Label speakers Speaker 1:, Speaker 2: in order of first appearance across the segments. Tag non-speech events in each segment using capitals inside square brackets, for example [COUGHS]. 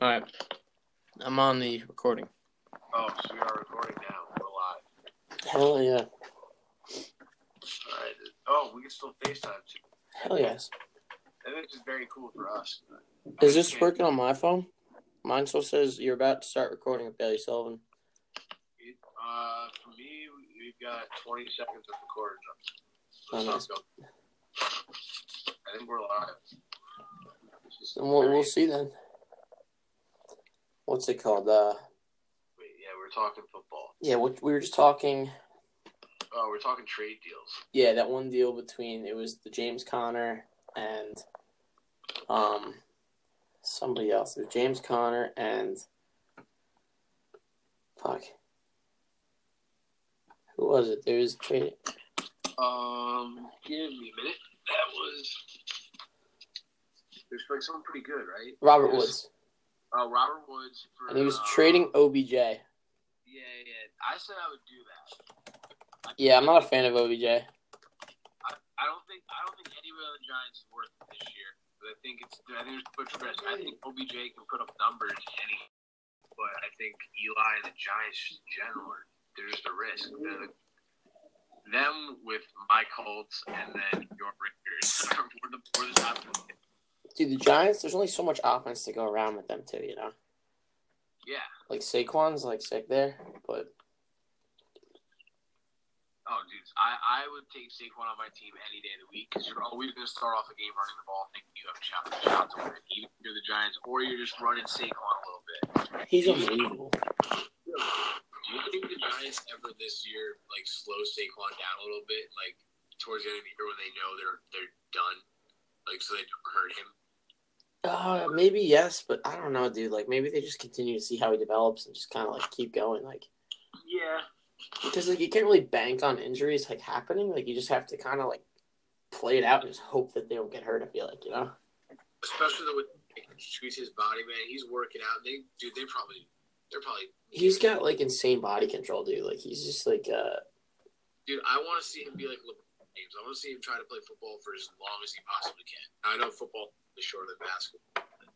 Speaker 1: All right. I'm on the recording.
Speaker 2: Oh, so we are recording now. We're live.
Speaker 1: Hell yeah.
Speaker 2: All right. Oh, we can still FaceTime too.
Speaker 1: Hell yes.
Speaker 2: And it's just very cool for us.
Speaker 1: Is this working on my phone? Mine still says you're about to start recording with Bailey Sullivan.
Speaker 2: Uh, for me, we've got 20 seconds of recording.
Speaker 1: Oh,
Speaker 2: So
Speaker 1: nice.
Speaker 2: let's go. I think we're live. This is
Speaker 1: So we'll, we'll
Speaker 2: very-
Speaker 1: see then. What's it called? Uh,
Speaker 2: wait, yeah, we're talking football.
Speaker 1: yeah, what, we were just talking.
Speaker 2: Oh, we're talking trade deals.
Speaker 1: Yeah, that one deal between it was the James Conner and um somebody else. It was James Conner and fuck. Who was it? There was trade.
Speaker 2: Um, give me a minute. That was. There's like something pretty good, right?
Speaker 1: Robert
Speaker 2: It was-
Speaker 1: Woods.
Speaker 2: Uh, Robert Woods for.
Speaker 1: And he was
Speaker 2: uh,
Speaker 1: trading OBJ.
Speaker 2: Yeah, yeah. I said I would do that. I-
Speaker 1: Yeah, I'm not a fan of OBJ.
Speaker 2: I don't think I don't think anybody on the Giants is worth it this year. But I think it's I think it's Butch Press. I think OBJ can put up numbers any, but I think Eli and the Giants just in general are they're just a risk. The, them with my Colts and then your Raiders [LAUGHS] were the, were the top.
Speaker 1: Dude, the Giants, there's only so much offense to go around with them too, you know?
Speaker 2: Yeah.
Speaker 1: Like Saquon's like sick there, but
Speaker 2: Oh, dudes, I, I would take Saquon on my team any day of the week because you're always going to start off a game running the ball thinking you have a shot, shot to win, even if you're the Giants or you're just running Saquon a little bit.
Speaker 1: he's unbelievable.
Speaker 2: Do you think the Giants ever this year like slow Saquon down a little bit, like towards the end of the year when they know they're they're done, like so they don't hurt him?
Speaker 1: Uh, maybe yes, but I don't know, dude. Like maybe they just continue to see how he develops and just kind of like keep going, like
Speaker 2: Yeah.
Speaker 1: because like you can't really bank on injuries like happening. Like you just have to kind of like play it out and just hope that they don't get hurt. I feel like you know.
Speaker 2: Especially with like, squeeze his body, man. He's working out. They dude, they probably they're probably
Speaker 1: He's got like insane body control, dude. Like he's just like uh
Speaker 2: dude. I want to see him be like LeBron James. I want to see him try to play football for as long as he possibly can. I know football is shorter than basketball. but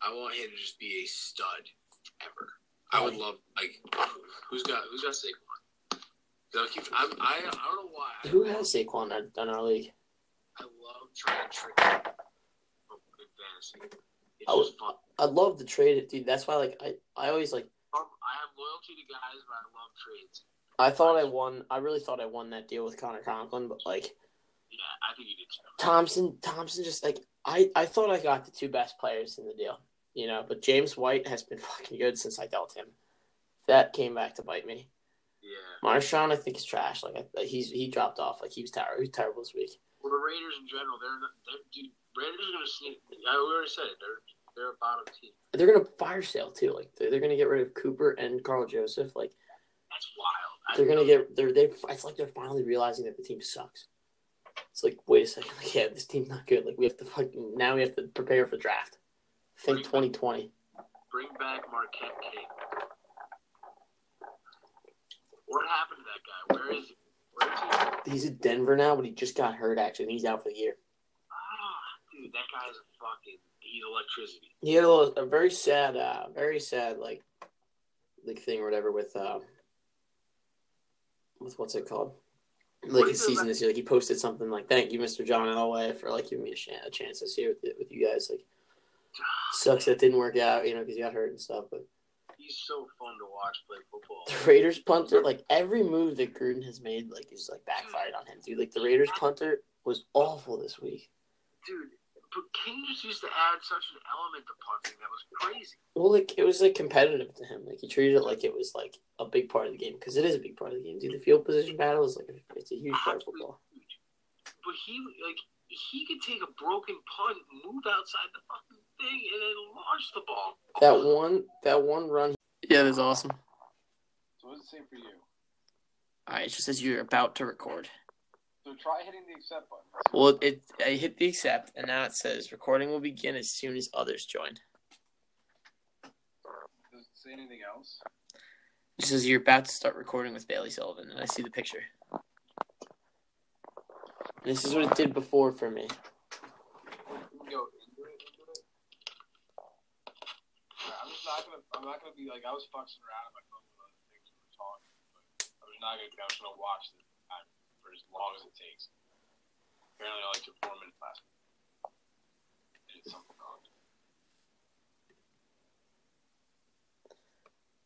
Speaker 2: I want him to just be a stud ever. I would love like who's got who's got Saquon? 'Cause I, keep, I'm, I I don't know why. I
Speaker 1: who
Speaker 2: love-
Speaker 1: has Saquon on- on our league?
Speaker 2: I love trying to trick people in fantasy. It's
Speaker 1: I would-
Speaker 2: just fun.
Speaker 1: I'd love to trade it, dude. That's why like I I always like
Speaker 2: Um, I have loyalty to guys, but I love trades.
Speaker 1: I thought I won. I really thought I won that deal with Connor Conklin, but like
Speaker 2: Yeah, I think you did too.
Speaker 1: Thompson, Thompson just like I, I thought I got the two best players in the deal, you know. But James White has been [LAUGHS] fucking good since I dealt him. That came back to bite me.
Speaker 2: Yeah.
Speaker 1: Marshawn, I think is trash. Like I, he's he dropped off. Like he was terrible. He was terrible this week.
Speaker 2: Well, the Raiders in general, they're, not- they're dude, Raiders are going to sneak. I already said it. They're they're a bottom team.
Speaker 1: They're gonna fire sale too. Like they're, they're gonna get rid of Cooper and Carl Joseph. Like
Speaker 2: That's wild. I
Speaker 1: they're gonna
Speaker 2: know.
Speaker 1: get they're they. It's like they're finally realizing that the team sucks. It's like wait a second. [LAUGHS] Like yeah, this team's not good. Like we have to fucking now we have to prepare for draft. Think twenty twenty.
Speaker 2: bring back Marquette King. What happened to that guy? Where is where is he?
Speaker 1: He's in Denver now, but he just got hurt actually. and He's out for the year.
Speaker 2: Ah, dude, that guy's a fucking he's electricity.
Speaker 1: He had a, little- a very sad, uh, very sad like like thing or whatever with um with what's it called? Like
Speaker 2: What
Speaker 1: his
Speaker 2: is it
Speaker 1: season
Speaker 2: about-
Speaker 1: this year, like he posted something like "Thank you, Mr. John Elway, for like giving me a, sh- a chance this year with, with you guys." Like, sucks that didn't work out, you know, because he got hurt and stuff. But
Speaker 2: He's so fun to watch play football.
Speaker 1: the Raiders punter, like every move that Gruden has made, like is like backfired on him, dude. Like the Raiders punter was awful this week.
Speaker 2: Dude, but King just used to add such an element to punting that was crazy.
Speaker 1: Well, like it was like competitive to him. Like he treated it like it was like a big part of the game because it is a big part of the game. Dude, the field position battle is like it's a huge part of football.
Speaker 2: But he like he could take a broken punt, move outside the fucking thing, and then launch the ball.
Speaker 1: That one, that one run. Yeah, that's awesome.
Speaker 3: So what does it say for you?
Speaker 1: All right, it just says you're about to record.
Speaker 3: So try hitting the accept button.
Speaker 1: Well, it I hit the accept, and now it says recording will begin as soon as others join.
Speaker 3: Does it say anything else?
Speaker 1: It says you're about to start recording with Bailey Sullivan, and I see the picture. This is what it did before for me.
Speaker 2: You can go into it, into it. not gonna. I'm not gonna be like I was fucking around on my phone with other things we were talking. But I was not gonna. I was gonna watch this time for as long as it takes. Apparently, I only took four minutes last. Week. I did something wrong.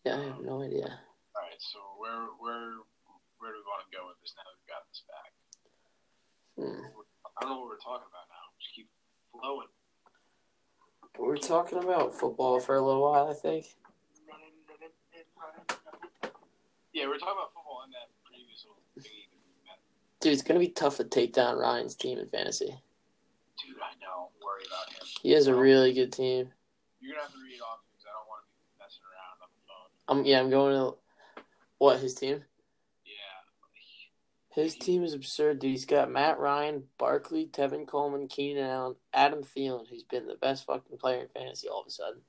Speaker 1: Yeah, I have no idea.
Speaker 2: All right. So where where where do we want to go with this now that we've got this back?
Speaker 1: Hmm.
Speaker 2: I don't know what we're talking about now. Just keep flowing.
Speaker 1: We were talking about football for a little while, I think.
Speaker 2: Yeah, we're talking about football in that previous little thingy that we met.
Speaker 1: Dude, it's gonna be tough to take down Ryan's team in fantasy.
Speaker 2: Dude, I know. Worry about him.
Speaker 1: He has a really good team.
Speaker 2: You're gonna have to read off because I don't want to be messing around on the phone.
Speaker 1: I'm yeah, I'm going to what his team?
Speaker 2: Yeah.
Speaker 1: His team is absurd, dude. He's got Matt Ryan, Barkley, Tevin Coleman, Keenan Allen, Adam Thielen, who's been the best fucking player in fantasy all of a sudden.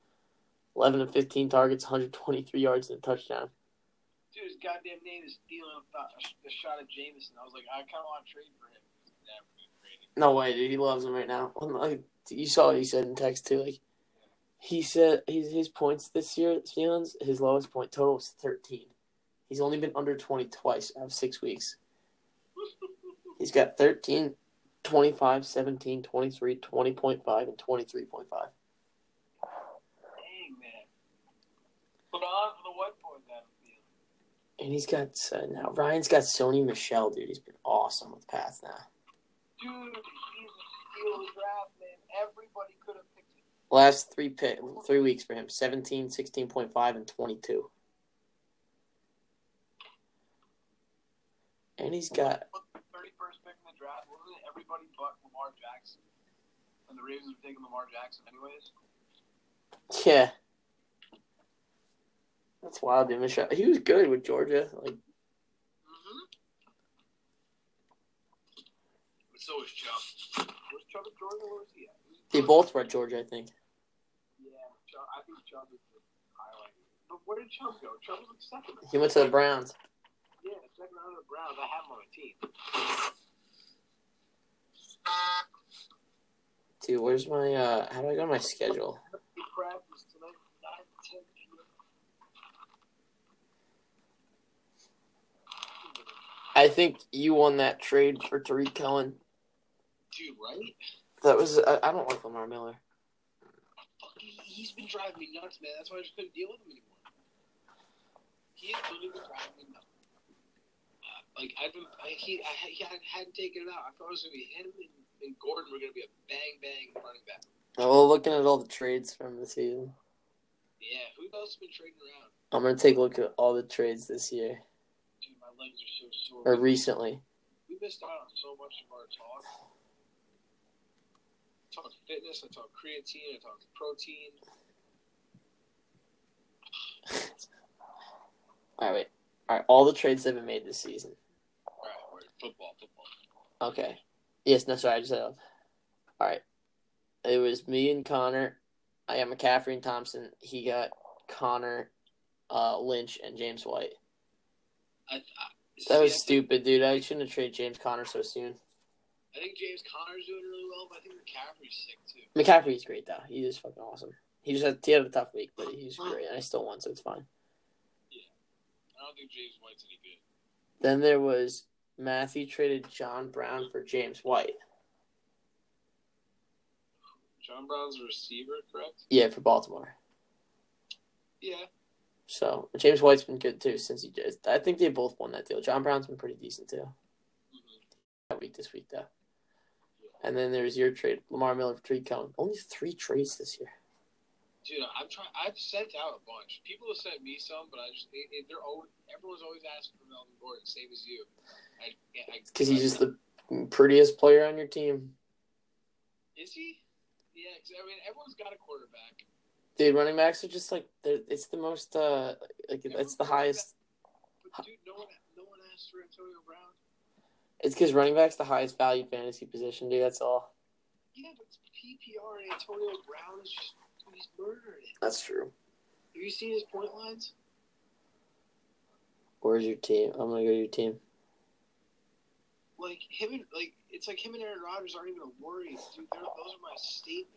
Speaker 1: Eleven to fifteen targets, 123 yards and a touchdown.
Speaker 2: Dude, his goddamn name is stealing the shot of Jameson. I was like, I kind of want to trade for him. He's never been traded.
Speaker 1: No way, dude. He loves him right now. And, Like you saw, what he said in text too. Like he said, his his points this year, Thielen's his lowest point total was 13. He's only been under 20 twice out of six weeks. He's got 13, 25, 17, 23, 20.5, and 23.5.
Speaker 2: [LAUGHS] Dang, man. Put on for the white boy, that field.
Speaker 1: And he's got uh, now Ryan's got Sony Michelle, dude. He's been awesome with pass now.
Speaker 2: Dude, he's a steal of the draft, man. Everybody could have picked him.
Speaker 1: Last three pick, three weeks for him 17, 16.5, and 22. And he's got,
Speaker 2: What the 31st pick in the draft? Wasn't it everybody but Lamar Jackson? And the Ravens were taking Lamar Jackson anyways.
Speaker 1: yeah. That's wild, dude. Michelle, he was good with Georgia. Like,
Speaker 2: Mm-hmm. So was Chubb. Was Chubb at Georgia? Where was he at?
Speaker 1: they both were at Georgia, I think.
Speaker 2: Yeah, Chubb, I think Chubb is the highlight. But where did Chubb go? Chubb was like second.
Speaker 1: He went to the Browns.
Speaker 2: Yeah, second round of the Browns. I have him on my team. Uh,
Speaker 1: Dude, where's my, uh, how do I go to my schedule?
Speaker 2: He practiced tonight. 9 to 10 p.m.
Speaker 1: I think you won that trade for Tariq Cohen.
Speaker 2: Dude, right?
Speaker 1: That was, I, I don't like Lamar Miller.
Speaker 2: Fucking, he's been driving me nuts, man. That's why I just couldn't deal with him anymore. He has literally been driving me nuts. Uh, Like I've been, I, he, I, had- he had- hadn't taken it out. I thought it was gonna be him and, and Gordon were gonna be a bang bang running back.
Speaker 1: Well, looking at all the trades from the season,
Speaker 2: Yeah, who else has been trading around?
Speaker 1: I'm going to take a look at all the trades this year,
Speaker 2: Dude, my legs are so
Speaker 1: or
Speaker 2: sore.
Speaker 1: recently.
Speaker 2: we missed out on so much of our talk. I talk fitness, I talk creatine, I talk protein.
Speaker 1: All right, wait. All right, all the trades that have been made this season.
Speaker 2: All right, we're football, football.
Speaker 1: Okay. Yes, no, sorry, I just said up. All right. It was me and Connor. I got McCaffrey and Thompson. He got Connor, uh, Lynch, and James White.
Speaker 2: I, I,
Speaker 1: That was
Speaker 2: see, I-
Speaker 1: stupid, dude. I shouldn't have traded James Connor so soon.
Speaker 2: I think James Conner's doing really well, but I think McCaffrey's sick too.
Speaker 1: McCaffrey's great, though. He is fucking awesome. He just had, he had a tough week, but he's great, and I still won, so it's fine.
Speaker 2: I don't think James White's any good.
Speaker 1: Then there was Matthew traded John Brown for James White.
Speaker 2: John Brown's a receiver, correct?
Speaker 1: Yeah, for Baltimore.
Speaker 2: Yeah.
Speaker 1: So James White's been good too since he did. I think they both won that deal. John Brown's been pretty decent too.
Speaker 2: Mm-hmm.
Speaker 1: That week this week though. And then there's your trade, Lamar Miller for Tariq Cohen. Only three trades this year.
Speaker 2: Dude, I'm trying. I've sent out a bunch. People have sent me some, but I just they, they- they're always, everyone's always asking for Melvin Gordon, same as you. I, I,
Speaker 1: Because he's just the prettiest player on your team.
Speaker 2: Is he? Yeah, 'cause, I mean, everyone's got a quarterback.
Speaker 1: Dude, running backs are just like they're- it's the most uh like it's the highest.
Speaker 2: But dude, no one, no one asked for Antonio Brown.
Speaker 1: It's because running back's the highest valued fantasy position, dude. That's all.
Speaker 2: Yeah, but it's PPR and Antonio Brown is just dude, he's murdering it.
Speaker 1: That's true.
Speaker 2: Have you seen his point lines?
Speaker 1: Where's your team? I'm gonna go to your team.
Speaker 2: Like him and like it's like him and Aaron Rodgers aren't even a worry, dude. They're, those are my statement.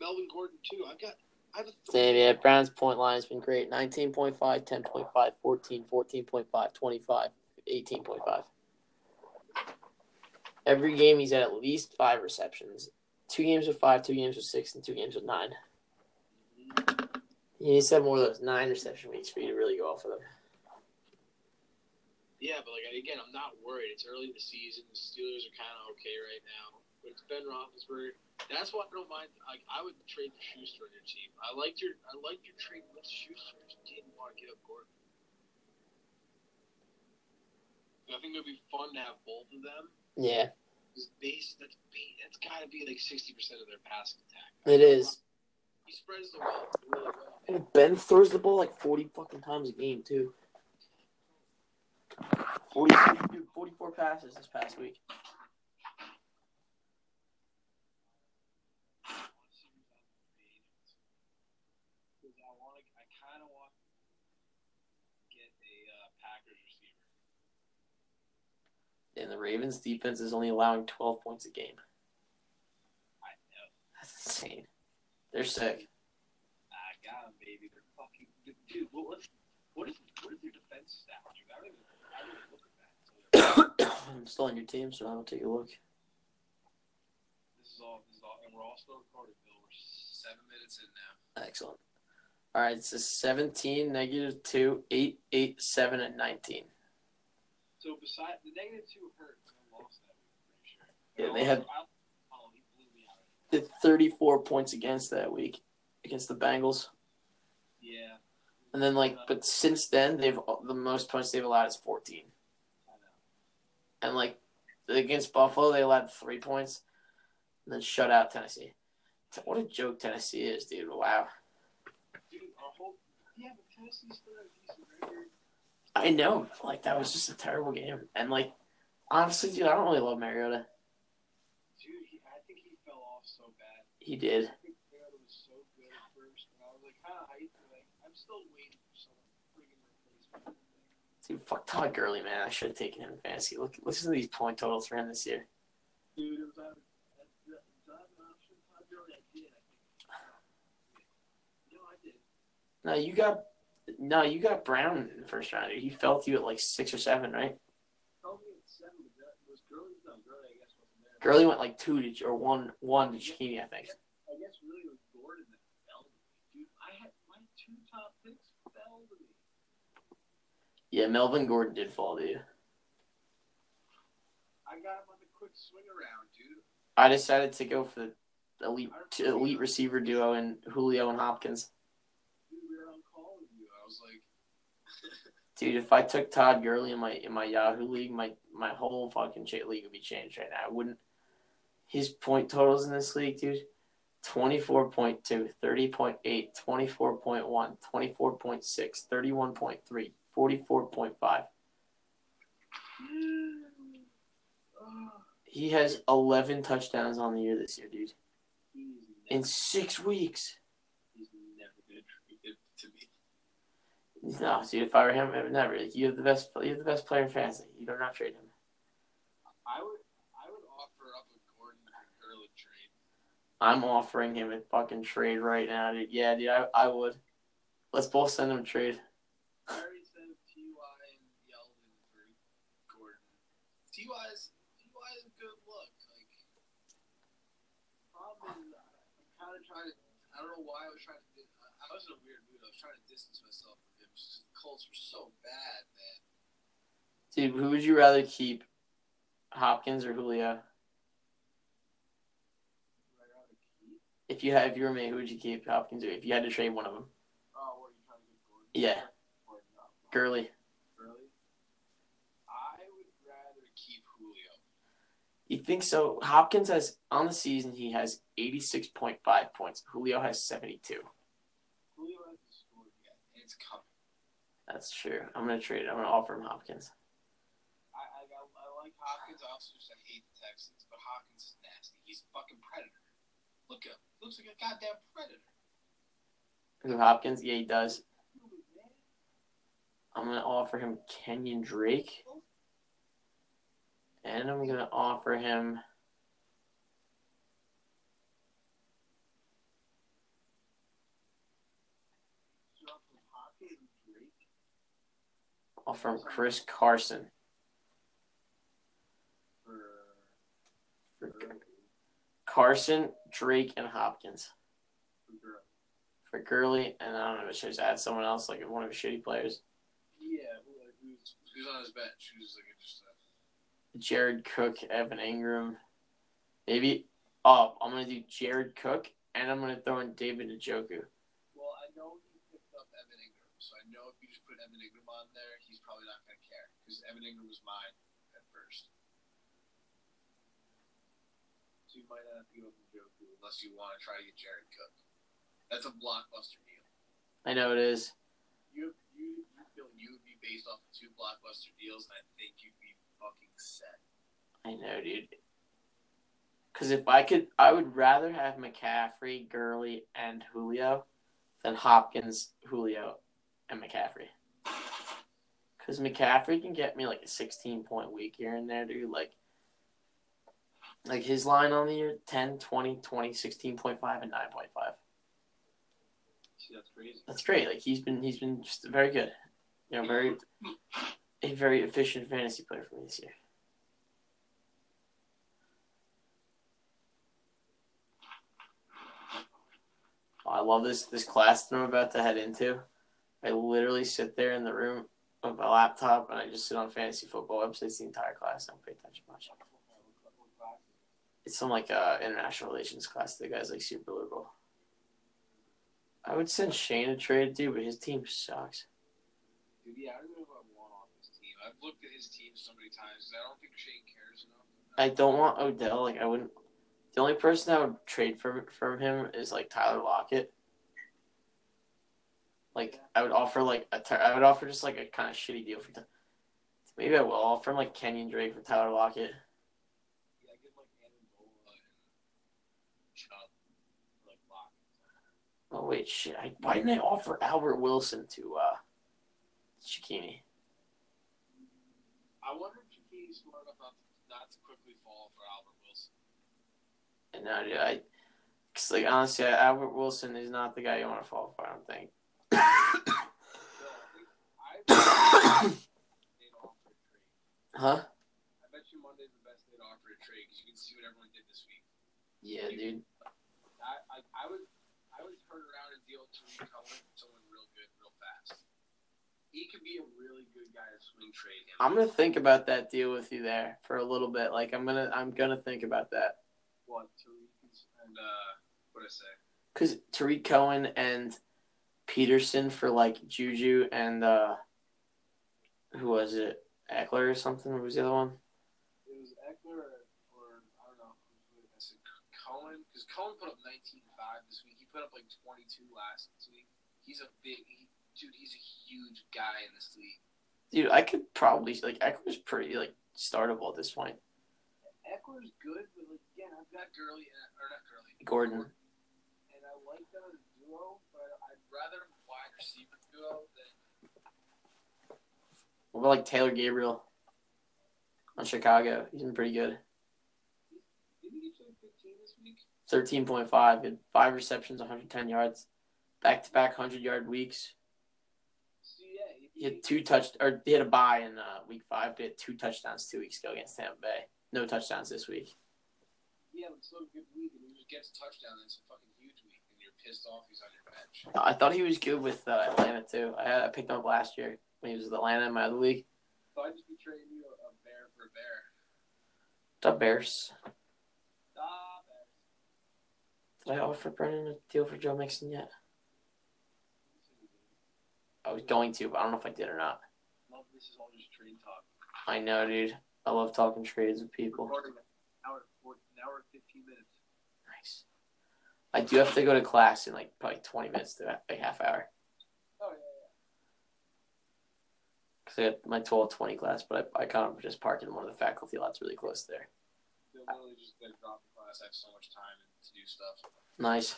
Speaker 2: Melvin Gordon too. I've got I have a
Speaker 1: Same, yeah. Brown's point line has been great 19.5, 10.5, 14, 14.5, 25, 18.5. Every game he's had at least five receptions. Two games with five, two games with six, and two games with nine.
Speaker 2: Mm.
Speaker 1: You need to have more of those nine reception weeks for you to really go off of them.
Speaker 2: Yeah, but like again, I'm not worried. It's early in the season. The Steelers are kind of okay right now, but it's Ben Roethlisberger. That's why I don't mind. Like I would trade for Schuster on your team. I liked your I liked your trade with Schuster. Just didn't want to give up Gordon. I think it would be fun to have both of them.
Speaker 1: Yeah,
Speaker 2: Because base that's ba- that's got to be like sixty percent of their passing attack.
Speaker 1: it is.
Speaker 2: He spreads the ball really well.
Speaker 1: And Ben throws the ball like 40 fucking times a game, too. 40, dude, 44 passes this past week.
Speaker 2: Because I want to, I kind of want to get a uh, Packers receiver.
Speaker 1: And the Ravens defense is only allowing 12 points a game.
Speaker 2: I know,
Speaker 1: That's insane. They're sick. [COUGHS]
Speaker 2: I got 'em, baby. They're fucking dude. What was, what is what is their defense stat? Dude, I don't even, I don't even look at that.
Speaker 1: I'm still on your team, so I'll take a look.
Speaker 2: This is all, this is all, and we're all still in Carterville. We're seven minutes in now.
Speaker 1: Excellent. All right, it's a 17, negative 2, 8, 8, 7, and 19.
Speaker 2: So beside the negative two hurt. I lost that. week, I'm pretty sure.
Speaker 1: Yeah,
Speaker 2: And
Speaker 1: they had-
Speaker 2: also, I- Oh, he blew me
Speaker 1: Did
Speaker 2: out.
Speaker 1: 34 points against that week against the Bengals.
Speaker 2: Yeah. Uh,
Speaker 1: And then, like, but since then, they've the most points they've allowed is 14.
Speaker 2: I know.
Speaker 1: And, like, against Buffalo, they allowed three points and then shut out Tennessee. What a joke Tennessee is, dude. Wow.
Speaker 2: Dude, our whole yeah, but Tennessee's still a decent record.
Speaker 1: I know. Like, that was just a terrible game. And, like, honestly, dude, I don't really love Mariota.
Speaker 2: Dude, he, I think he fell off so bad.
Speaker 1: He did.
Speaker 2: I think Mariota was so good at first, and I was like, huh, I, like, I'm still waiting for someone to freaking replace me.
Speaker 1: Dude, fuck Todd Gurley, man. I should have taken him in fantasy. Look, listen to these point totals for him this year.
Speaker 2: Dude, it was either that, that, that an option. I really, I did. I think. No, I did.
Speaker 1: No, you got no, you got Brown in the first round. He fell to you at like six or seven, right?
Speaker 2: Tell me at seven, but that was Gurley. No, Gurley, I guess wasn't there.
Speaker 1: Gurley went like two to or one one to Chiquini, I think.
Speaker 2: I guess really it was Gordon that fell to me. Dude, I had my two top picks fell to me.
Speaker 1: Yeah, Melvin Gordon did fall to you.
Speaker 2: I got him on the quick swing around, dude.
Speaker 1: I decided to go for the elite elite receiver duo and Julio and Hopkins.
Speaker 2: Dude, we were on call with you. I was like,
Speaker 1: Dude, if I took Todd Gurley in my in my Yahoo league, my my whole fucking shit league would be changed right now. I wouldn't. His point totals in this league, dude, 24.2, 30.8, 24.1, 24.6, 31.3, 44.5.
Speaker 2: oh,
Speaker 1: He has 11 touchdowns on the year this year, dude.
Speaker 2: he's
Speaker 1: In
Speaker 2: never,
Speaker 1: six weeks.
Speaker 2: he's never gonna treat it to me.
Speaker 1: No, dude, if I were him, I would never. You have the best. You have the best player in fantasy. You do not trade him.
Speaker 2: I would, I would offer up a Gordon for Gurley trade.
Speaker 1: I'm offering him a fucking trade right now, dude. Yeah, dude, I, I would. Let's both send him a trade.
Speaker 2: I already sent Ty and Yeldon for Gordon. Ty's, Ty's a good look. Like, problem is, I'm kind of trying to. I don't know why I was trying to. di- I I was in a weird mood. I was trying to distance myself from him. Just 'cause the Colts were so bad, man.
Speaker 1: Dude, who would you rather keep, Hopkins or Julio?
Speaker 2: Right out of key.
Speaker 1: If you had, if you were me, who would you keep, Hopkins or if you had to trade one of them?
Speaker 2: Oh, what are you trying to get
Speaker 1: Yeah.
Speaker 2: Gordon? Gordon, no, no.
Speaker 1: Gurley.
Speaker 2: Really? I would rather keep Julio.
Speaker 1: You think so? Hopkins has on the season he has 86.5 points. Julio has 72.
Speaker 2: Julio hasn't scored yet, and it's coming.
Speaker 1: That's true. I'm gonna trade. I'm gonna offer him Hopkins.
Speaker 2: I, I, I I like Hopkins. I also just I hate the Texans, but Hopkins is nasty. He's a fucking predator. Look at him. Looks like a goddamn predator.
Speaker 1: Who Hopkins? Yeah, he does.
Speaker 2: Dude, man.
Speaker 1: I'm gonna offer him Kenyon Drake, and I'm gonna offer him. from Chris Carson. For Carson, Drake, and Hopkins. For Gurley, and I don't know if it shows add someone else, like one of his shitty players.
Speaker 2: Yeah, who, like, who's,
Speaker 4: Who's on his bench? Who's like just uh,
Speaker 1: Jared Cook, Evan Ingram. Maybe oh, I'm gonna do Jared Cook and I'm gonna throw in David Njoku.
Speaker 2: well, I know he picked up Evan Ingram, so I know if you just put Evan Ingram on there, he's probably not going to care because Evan Ingram was mine at first. So you might not have to give up Njoku unless you want to try to get Jared Cook. That's a blockbuster deal.
Speaker 1: I know it is.
Speaker 2: You you you feel you would be based off of two blockbuster deals, and I think you'd be fucking set.
Speaker 1: I know, dude. Cause if I could I would rather have McCaffrey, Gurley, and Julio than Hopkins, Julio, and McCaffrey. Cause McCaffrey can get me like a sixteen point week here and there, dude. Like like his line on the year 10, 20, 20, 16.5, and 9.5.
Speaker 2: See, that's crazy.
Speaker 1: that's great. Like he's been he's been just very good. You know, very a very efficient fantasy player for me this year. I love this this class that I'm about to head into. I literally sit there in the room with my laptop and I just sit on fantasy football websites the entire class. I don't pay attention much. It's some like uh, international relations class. The guy's like super liberal. I would send Shane a trade, dude, but his team sucks.
Speaker 2: Dude, yeah, I don't know if I want off his team. I've looked at his team so many times. and I don't think Shane cares enough.
Speaker 1: I don't want Odell. Like I wouldn't. The only person I would trade from from him is like Tyler Lockett. Like I would offer like a Ty- I would offer just like a kind of shitty deal for. Ty- Maybe I will offer him like Kenyon Drake for Tyler Lockett.
Speaker 2: Yeah, I get like Amendola and Chubb, like Lock.
Speaker 1: Oh wait, shit! I, why didn't I offer Albert Wilson to uh, Chikini?
Speaker 2: I wonder if he's smart enough not to, not to quickly fall for Albert Wilson.
Speaker 1: And no, dude, I. Cause like honestly, Albert Wilson is not the guy you want to fall for. I don't think. [COUGHS]
Speaker 2: No, I think I they'd offer a trade.
Speaker 1: Huh?
Speaker 2: I bet you Monday's the best day to offer a trade because you can see what everyone did this week.
Speaker 1: Yeah, dude.
Speaker 2: I, I, I would I would turn around and deal Tariq Cohen to someone real good, real fast. He could be a really good guy to swing trade him.
Speaker 1: I'm gonna think about that deal with you there for a little bit. Like I'm gonna I'm gonna think about that
Speaker 2: what Tariq and uh, what I say?
Speaker 1: because Tariq Cohen and Peterson for like Juju and uh who was it Eckler or something? What was the other one?
Speaker 2: It was Eckler or I don't know. who I said Cohen because Cohen put up 19.5 this week. He put up like 22 last week. He's a big he, dude. He's a huge guy in this league.
Speaker 1: Dude, I could probably like Eckler's pretty like startable at this point.
Speaker 2: Eckler's good, but like again, I've got Gurley and, or not Gurley,
Speaker 1: Gordon.
Speaker 2: and I like them as a duo, but I'd rather have a wide receiver duo than
Speaker 1: What about like Taylor Gabriel on Chicago? He's been pretty good.
Speaker 2: did he get to like 15 this week?
Speaker 1: Thirteen point five, had five receptions, 110 yards, back to back hundred yard weeks.
Speaker 2: So yeah, if
Speaker 1: He had two touch or he had a bye in uh, week five, but he had two touchdowns two weeks ago against Tampa Bay. No touchdowns this week.
Speaker 2: yeah, but it's still a good week, and he just gets a touchdown. That's a fucking huge week, and you're pissed off he's on your bench.
Speaker 1: I thought he was good with uh, Atlanta too. I, had, I picked him up last year when he was with Atlanta in my other league.
Speaker 2: So I'd just be trading you a, a bear for a bear.
Speaker 1: The Bears.
Speaker 2: Ah, bear.
Speaker 1: Did I offer Brennan a deal for Joe Mixon yet? I was going to, but I don't know if I did or not.
Speaker 2: Love this is all just trade talk.
Speaker 1: I know, dude. I love talking trades with people.
Speaker 2: Recording an hour, and four, an hour and 15 minutes.
Speaker 1: Nice. I do have to go to class in like probably 20 minutes to a half hour
Speaker 2: Oh, yeah, yeah.
Speaker 1: because I got my 12:20 class, but I, I kind of just parked in one of the faculty lots really close there.
Speaker 2: They'll literally just like, drop the class. I have so much time to do stuff.
Speaker 1: Nice.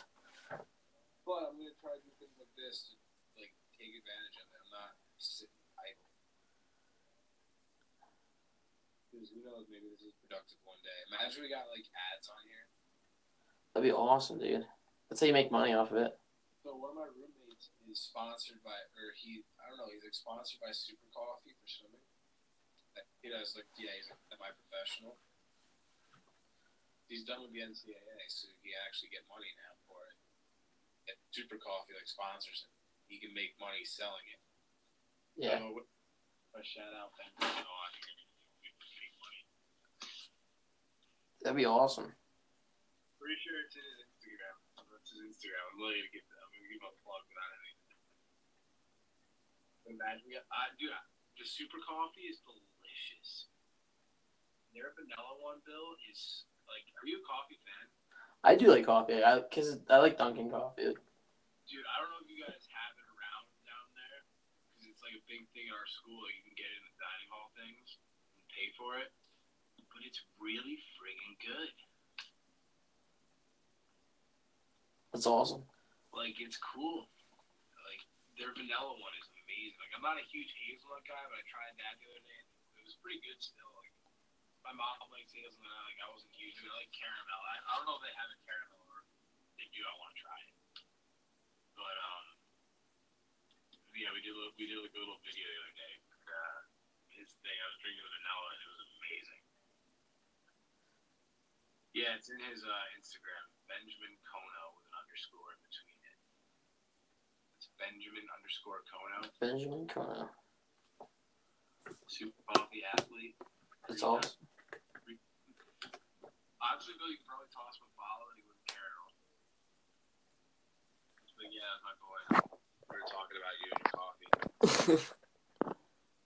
Speaker 2: But I'm going to try to do things like this to like take advantage of it. I'm not sitting idle. Because who knows, maybe this is productive one day. Imagine we got like ads on here.
Speaker 1: That'd be awesome, dude. That's how you make money off of it.
Speaker 2: So one of my roommates
Speaker 5: is, is sponsored by, or he, I don't know, he's like sponsored by Super Coffee for swimming. That kid, I was like, yeah, he's like semi-professional. He's done with the NCAA, so he actually get money now for it. And Super Coffee like sponsors him. He can make money selling it.
Speaker 1: Yeah.
Speaker 5: So, a shout out Ben Brisson.
Speaker 1: That'd be awesome.
Speaker 2: Pretty sure it's in his Instagram. That's his Instagram. I'm really gonna give. I'm gonna give him a plug without anything. Imagine, uh, dude, I- the super coffee is delicious. Their vanilla one, Bill, is like. Are you a coffee fan?
Speaker 1: I do like coffee. I because I like Dunkin' coffee.
Speaker 2: Dude, I don't know if you guys have it around down there because it's like a big thing at our school. Like, you can get it in the dining hall things and pay for it, but it's really friggin' good.
Speaker 1: That's awesome.
Speaker 2: like it's cool. Like their vanilla one is amazing. Like I'm not a huge hazelnut guy, but I tried that the other day. and It was pretty good still. Like my mom likes hazelnut. Like I wasn't huge. but I like caramel. I, I don't know if they have a caramel or if they do. I want to try it. But um, yeah, we did a little, we did like a little video the other day. Uh, his thing. I was drinking the vanilla and it was amazing. Yeah, it's in his uh, Instagram, Benjamin Kono with an underscore in between it. It's Benjamin underscore Kono,
Speaker 1: Benjamin Kono.
Speaker 2: super coffee athlete.
Speaker 1: That's awesome.
Speaker 2: Honestly, Bill, you could probably toss him a follow and he wouldn't care at all. But yeah, that's my boy. We were talking about you and your
Speaker 1: [LAUGHS]
Speaker 2: coffee.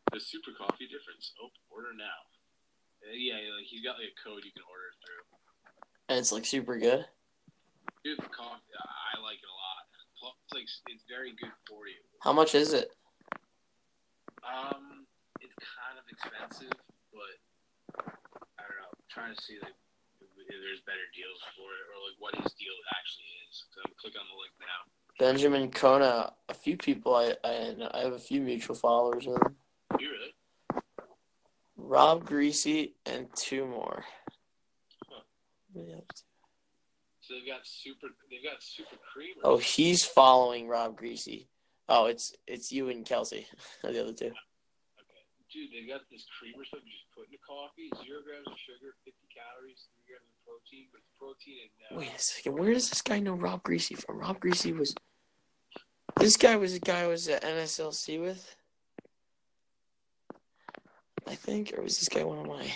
Speaker 2: The super coffee difference. Oh, order now. Uh, yeah, like he's got like a code you can order through.
Speaker 1: and it's like super good.
Speaker 2: Dude, the coffee, I I like it a lot. Plus, like, it's very good for you.
Speaker 1: How much is it?
Speaker 2: Um, it's kind of expensive, but I don't know. I'm trying to see like if there's better deals for it or like what his deal actually is. So I'm click on the link now.
Speaker 1: Benjamin Kona. A few people I I, I have a few mutual followers with him.
Speaker 2: You really?
Speaker 1: Rob Greasy and two more.
Speaker 2: Huh.
Speaker 1: Yeah.
Speaker 2: So they've got super. They've got super cream.
Speaker 1: Oh, he's following Rob Greasy. Oh, it's it's you and Kelsey, [LAUGHS] the other two.
Speaker 2: Okay. Dude, they've got this creamer stuff you just put in the coffee. Zero grams of sugar, 50 calories, three grams of protein, but it's protein and uh,
Speaker 1: Wait a second, where does this guy know Rob Greasy from? Rob Greasy was this guy was a guy I was at NSLC with, I think, or was this guy one of my?